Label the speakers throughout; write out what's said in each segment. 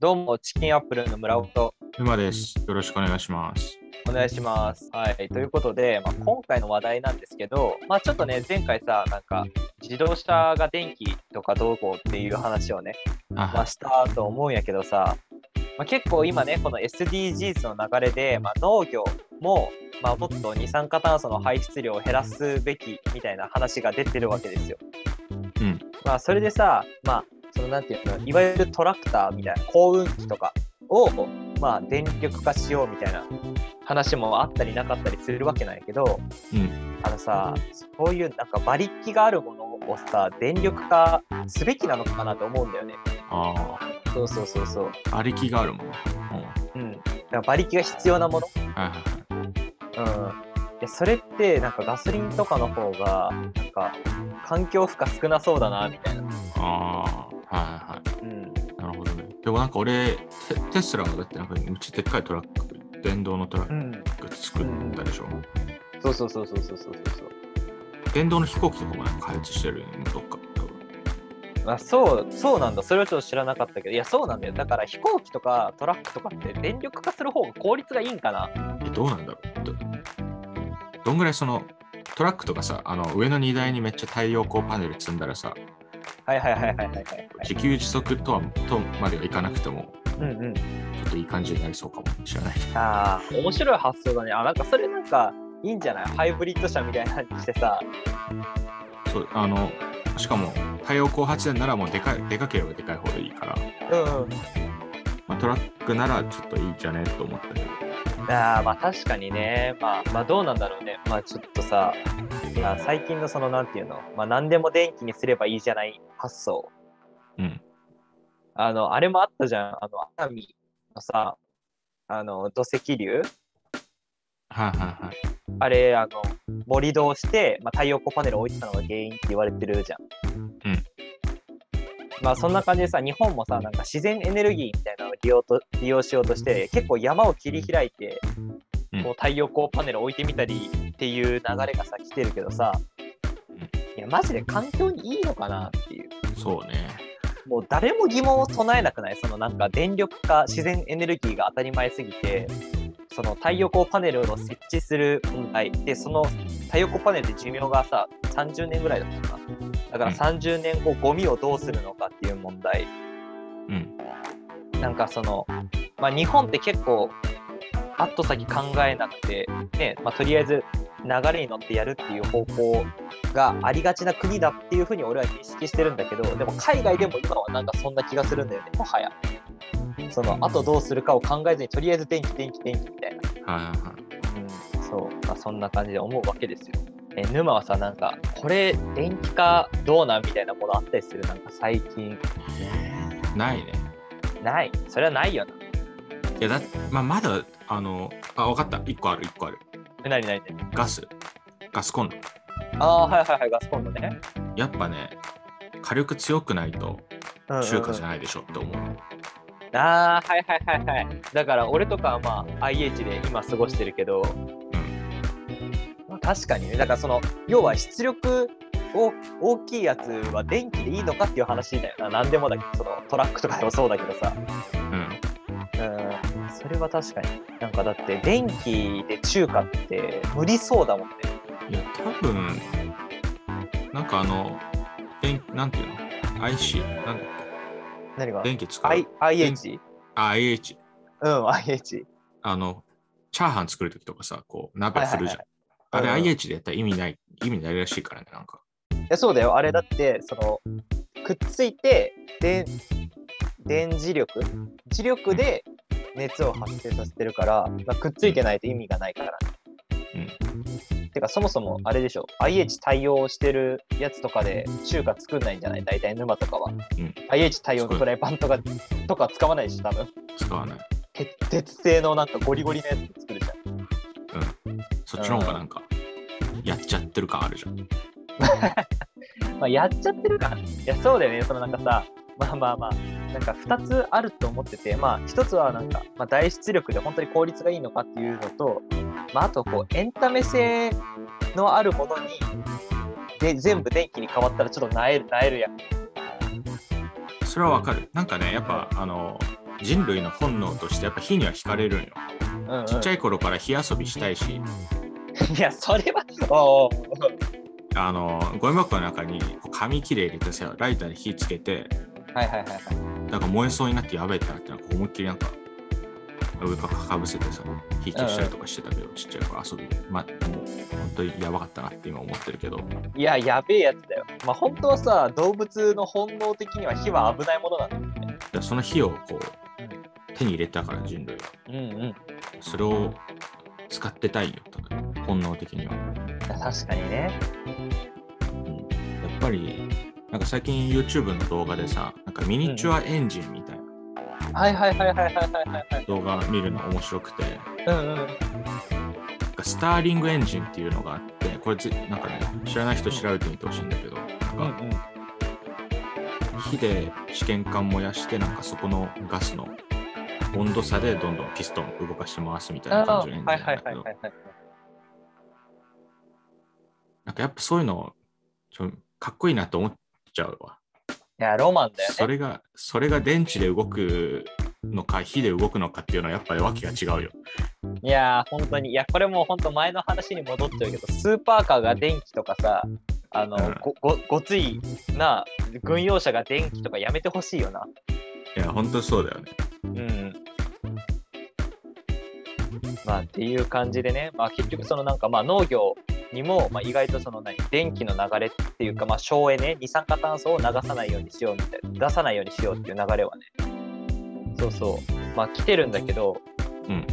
Speaker 1: どうも、チキンアップルの村尾と
Speaker 2: 沼です。よろしくお願いします。
Speaker 1: お願いします。はい、ということで、まあ、今回の話題なんですけど、まあ、ちょっとね、前回さ、なんか、自動車が電気とかどうこうっていう話をね、まあ、
Speaker 2: あ、
Speaker 1: したと思うんやけどさ、まあ、結構今ね、この SDGs の流れで、まあ、農業も、まあ、もっと二酸化炭素の排出量を減らすべきみたいな話が出てるわけですよ。
Speaker 2: うん
Speaker 1: まあ、それでさ、まあ、そのなんていうの、いわゆるトラクターみたいな、耕運機とかを、まあ、電力化しようみたいな話もあったりなかったりするわけなんやけど、
Speaker 2: うん、
Speaker 1: あのさ、そういうなんか馬力があるものをさ、電力化すべきなのかなと思うんだよね。
Speaker 2: あ
Speaker 1: そうそうそうそう。
Speaker 2: あ、馬力があるもん。うん、はい
Speaker 1: うん。だから馬力が必要なもの。
Speaker 2: はいはい。
Speaker 1: うん。でそれって、なんかガソリンとかの方が、なんか環境負荷少なそうだな、みたいな。
Speaker 2: ああ、はいは
Speaker 1: うん。
Speaker 2: い。なるほどね。でもなんか俺、テテスラがだってなんかめっちゃでっかいトラック、電動のトラ
Speaker 1: う
Speaker 2: ッ
Speaker 1: ん。
Speaker 2: ク作ったでしょ。
Speaker 1: そうそうそうそうそうそうそう。
Speaker 2: 電動の飛行機とかもなんか開発してるよね、どっか。多分
Speaker 1: あそう、そうなんだ。それはちょっと知らなかったけど、いや、そうなんだよ。だから飛行機とかトラックとかって電力化する方が効率がいいんかな。
Speaker 2: え、どうなんだろうどどんぐらいその、トラックとかさ、あの上の荷台にめっちゃ太陽光パネル積んだらさ、
Speaker 1: はいはいはいはいはいはいはい。
Speaker 2: 自給自足とはとまではいかなくても、
Speaker 1: うんうん。
Speaker 2: ちょっといい感じになりそうかもしれない。
Speaker 1: ああ、面白い発想だね。あ、なんかそれなんかいいんじゃないハイブリッド車みたいなのにしてさ。
Speaker 2: そうあのしかも太陽光発電ならもうでかいでかければでかいほどいいから、
Speaker 1: うん、うん。
Speaker 2: まあ、トラックならちょっといいんじゃねと思ったけど
Speaker 1: ああまあ確かにね、まあ、まあどうなんだろうねまあちょっとさいや最近のそのなんていうの、まあ、何でも電気にすればいいじゃない発想
Speaker 2: うん
Speaker 1: あのあれもあったじゃんあの熱海のさあの土石流
Speaker 2: はいはいはい
Speaker 1: あれあの盛り土をして、まあ、太陽光パネルを置いてたのが原因って言われてるじゃん。
Speaker 2: うん
Speaker 1: まあそんな感じでさ日本もさなんか自然エネルギーみたいなのを利用と利用しようとして結構山を切り開いて
Speaker 2: うん
Speaker 1: こう太陽光パネルを置いてみたりっていう流れがさ来てるけどさ
Speaker 2: ん
Speaker 1: いやマジで環境にいいのかなっていう
Speaker 2: そうね
Speaker 1: もう誰も疑問を唱えなくないそのなんか電力化自然エネルギーが当たり前すぎてその太陽光パネルを設置する問題でその太陽光パネルって寿命がさ30年ぐらいだったかなだから30年後ゴミをどうするのかっていう問題
Speaker 2: うん
Speaker 1: なんかその、まあ、日本って結構後先考えなくて、ねまあ、とりあえず流れに乗ってやるっていう方向がありがちな国だっていうふうに俺は認識してるんだけどでも海外でも今はなんかそんな気がするんだよねもはやそのあとどうするかを考えずにとりあえず電気電気電気みたいな、
Speaker 2: はいはいはい
Speaker 1: うん、そう、まあ、そんな感じで思うわけですよえ沼はさなんかこれ電気化どうなんみたいなものあったりするなんか最近
Speaker 2: ないね
Speaker 1: ないそれはないよない
Speaker 2: やだ、まあ、まだあのあ分かった1個ある1個ある
Speaker 1: え何何何
Speaker 2: ガスガスコンロ
Speaker 1: ああーはいはいはいガスコンロね
Speaker 2: やっぱね火力強くないと中華じゃないでしょって思う,、
Speaker 1: ああはいはいはいはいだから俺とかはまあ IH で今過ごしてるけど、まあ、確かにねだからその要は出力を大きいやつは電気でいいのかっていう話だよな何でもだけどそのトラックとかでもそうだけどさ
Speaker 2: うん
Speaker 1: うんそれは確かになんかだって電気で中華って無理そうだもんね
Speaker 2: いや多分なんかあの電なんていうの IC なんだっ
Speaker 1: 何が
Speaker 2: け電気使う、
Speaker 1: I IH?
Speaker 2: あ IH
Speaker 1: うん IH
Speaker 2: あの、チャーハン作るときとかさ、こう、鍋振るじゃ
Speaker 1: はいはいは
Speaker 2: ん。
Speaker 1: い
Speaker 2: あ
Speaker 1: うんうん
Speaker 2: れ IH でやったら意味ない、意味ないらしいからね、なんか。
Speaker 1: いやそうだよあれだってそのくっついて電電磁力磁力で熱を発生させてるから、まあ、くっついてないと意味がないから、てかそもそもあれでしょ IH 対応してるやつとかで中華作んないんじゃない大体沼とかは、
Speaker 2: ん
Speaker 1: IH 対応のフライパンとかとか使わないでしょ多分
Speaker 2: 使わない。
Speaker 1: 鉄鉄製のなんかゴリゴリのやつ作るじゃん
Speaker 2: そっちの方がなんか、やっちゃってる感あるじゃん。
Speaker 1: まあ、やっちゃってるからいやそうだよねそのなんかさまあまあまあなんか2つあると思っててまあ1つはなんか、まあ、大出力で本当に効率がいいのかっていうのと、まあ、あとこうエンタメ性のあるものにで全部電気に変わったらちょっとなえるなえるやん
Speaker 2: それはわかる。なんかね、やっぱ、あの、人類の本能としてやっぱ火には惹かれるんよ。
Speaker 1: うんうん
Speaker 2: ちっちゃい頃から火遊びしたいし、
Speaker 1: いや、それは、おう
Speaker 2: あのゴミ箱の中に紙きれい入れてさ、ライターに火つけて、
Speaker 1: おうはいはいはいはい。
Speaker 2: なんか燃えそうになってやべえってなって、なんか思いっきりなんか上からかぶせてさ、火消したりとかしてたけど、ちっちゃい頃遊び、まあ、もう本当にやばかったなって今思ってるけど、
Speaker 1: いや、やべえやつだよ。まあ、本当はさ、動物の本能的には火は危ないものなんだよ。
Speaker 2: でその火をこう手に入れたから人類は、
Speaker 1: うんうん。
Speaker 2: それを使ってたいよ、多分本能的には。
Speaker 1: 確かにね。
Speaker 2: やっぱりなんか最近 YouTube の動画でさなんかミニチュアエンジンみたいな
Speaker 1: はいはいはいはいはいはいはい。
Speaker 2: 動画見るの面白くて
Speaker 1: うんうん。
Speaker 2: なんかスターリングエンジンっていうのがあってこれぜなんかね知らない人調べてみてほしいんだけどなん
Speaker 1: うん
Speaker 2: か火で試験管燃やしてなんかそこのガスの温度差でどんどんピストン動かして回すみたいな感
Speaker 1: あ
Speaker 2: じのエンジ
Speaker 1: ー
Speaker 2: ン
Speaker 1: はいは
Speaker 2: なん
Speaker 1: いはい
Speaker 2: だけど
Speaker 1: はいはい。
Speaker 2: なんかやっぱそういうのちょかっこいいなと思っちゃうわ。
Speaker 1: いや、ロマンだよね。
Speaker 2: それがそれが電池で動くのか火で動くのかっていうのはやっぱり訳が違うよ。
Speaker 1: いやー、本当に。いや、これもう本当前の話に戻っちゃうけど、スーパーカーが電気とかさ、あの、
Speaker 2: うん
Speaker 1: ごごごついな、軍用車が電気とかやめてほしいよな。
Speaker 2: いや、本当にそうだよね。
Speaker 1: うん。まあ、っていう感じでね、まあ、結局そのなんかまあ農業にも、まあ、意外とその何電気の流れっていうか、まあ、省エネ二酸化炭素を流さないようにしようみたいな出さないようにしようっていう流れはねそうそうまあ来てるんだけど
Speaker 2: うん。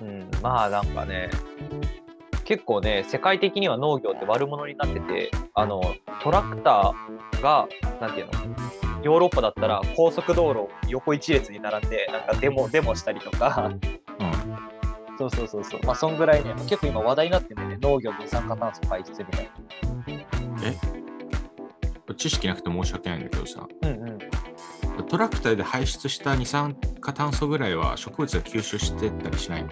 Speaker 1: うん、まあなんかね結構ね世界的には農業って悪者になっててあのトラクターがなんていうのヨーロッパだったら高速道路横一列に並んでなんかデモデモしたりとか
Speaker 2: うん。
Speaker 1: そうそうそうそうまあそんぐらいね結構今話題になってるんでね農業二酸化炭素排出みたい
Speaker 2: 知識なくて申し訳ないんだけどさ、
Speaker 1: なうんうん
Speaker 2: トラクターで排出した二酸化炭素ぐらいは植物が吸収してったりしないの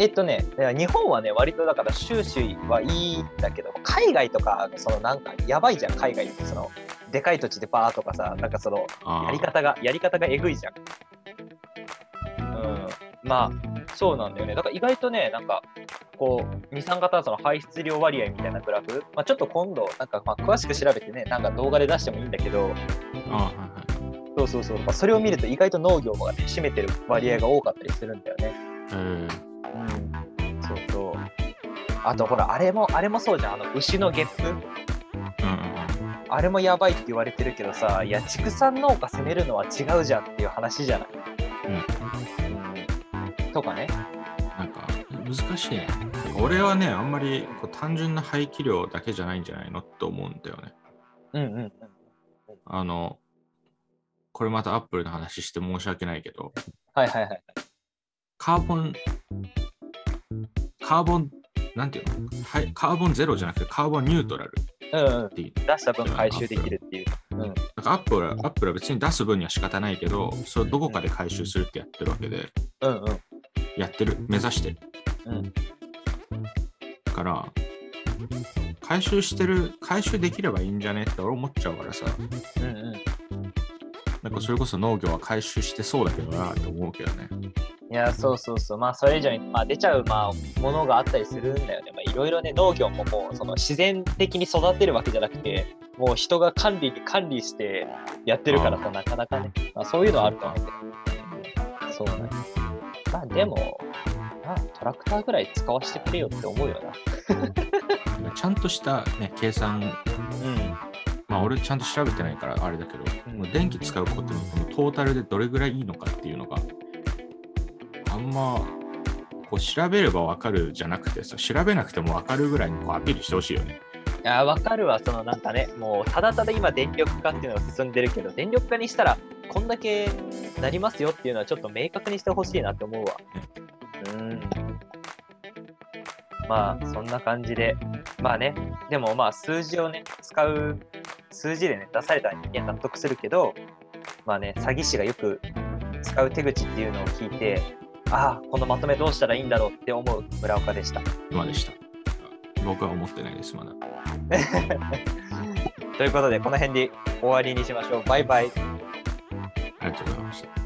Speaker 1: えっとねだから日本はね割とだから収支はいいんだけど海外とかそのなんかやばいじゃん海外ってそのでかい土地でバーとかさなんかその
Speaker 2: あー
Speaker 1: やり方が、やり方がえぐいじゃん。うん。まあ、そうなんだよね。だから意外とね、なんか、こう、二酸化炭素の排出量割合みたいなグラフ、まあ、ちょっと今度、なんか、まあ、詳しく調べてね、なんか動画で出してもいいんだけど、
Speaker 2: あーはいはい
Speaker 1: そうそうそう、まあ、それを見ると意外と農業がね、占めてる割合が多かったりするんだよね。
Speaker 2: えー
Speaker 1: うん。そうそう。あと、ほら、あれも、あれもそうじゃん、あの、牛のゲップ。
Speaker 2: うん
Speaker 1: あれもやばいって言われてるけどさ、いや、畜産農家攻めるのは違うじゃんっていう話じゃない。うんとかね。
Speaker 2: うんうん、なんか難しいね。俺はね、あんまりこう単純な排気量だけじゃないんじゃないのって思うんだよね。
Speaker 1: うんうんうん。
Speaker 2: あの、これまたアップルの話して申し訳ないけど、
Speaker 1: はいはいはい。
Speaker 2: カーボン、カーボン、なんていうの、はい、カーボンゼロじゃなくてカーボンニュートラル
Speaker 1: うんうん
Speaker 2: っ。ていう
Speaker 1: 出した分回収できるっていう。うん。
Speaker 2: なんかアップルはアップルは別に出す分には仕方ないけど、それをどこかで回収するってやってるわけで、
Speaker 1: うんうん。
Speaker 2: やってる、目指してる。
Speaker 1: うん
Speaker 2: だから、回収してる、回収できればいいんじゃねって俺思っちゃうからさ、
Speaker 1: うんうん。
Speaker 2: なんかそれこそ農業は回収してそうだけどなって思うけどね。
Speaker 1: いや、そうそうそう。まあ、それ以上に、まあ、出ちゃう、まあ、ものがあったりするんだよね。まあ、いろいろね、農業ももう、その、自然的に育てるわけじゃなくて、もう人が管理に管理してやってるからさ、なかなかね、まあ、そういうのはあると思うけど。そうね。まあ、でも、まあ、トラクターぐらい使わせてくれよって思うよな。
Speaker 2: ちゃんとした、ね、計算、
Speaker 1: う
Speaker 2: まあ俺ちゃんと調べてないからあれだけど、
Speaker 1: ん
Speaker 2: もう電気使うことによってもトータルでどれぐらいいいのかっていうのがあんまこう調べればわかるじゃなくてさ調べなくてもわかるぐらいにこうアピールしてほしいよね。
Speaker 1: いやわかるわ、そのなんかね、もうただただ今、電力化っていうのが進んでるけど、電力化にしたら、こんだけなりますよっていうのは、ちょっと明確にしてほしいなって思うわ。うん。まあ、そんな感じで、まあね、でもまあ、数字をね、使う、数字でね、出された人間納得するけど、まあね、詐欺師がよく使う手口っていうのを聞いて、ああ、このまとめどうしたらいいんだろうって思う村岡でした。
Speaker 2: 今でした。僕は思ってないですまだ。
Speaker 1: ということで、この辺で終わりにしましょう。バイバイ。
Speaker 2: ありがとうございました。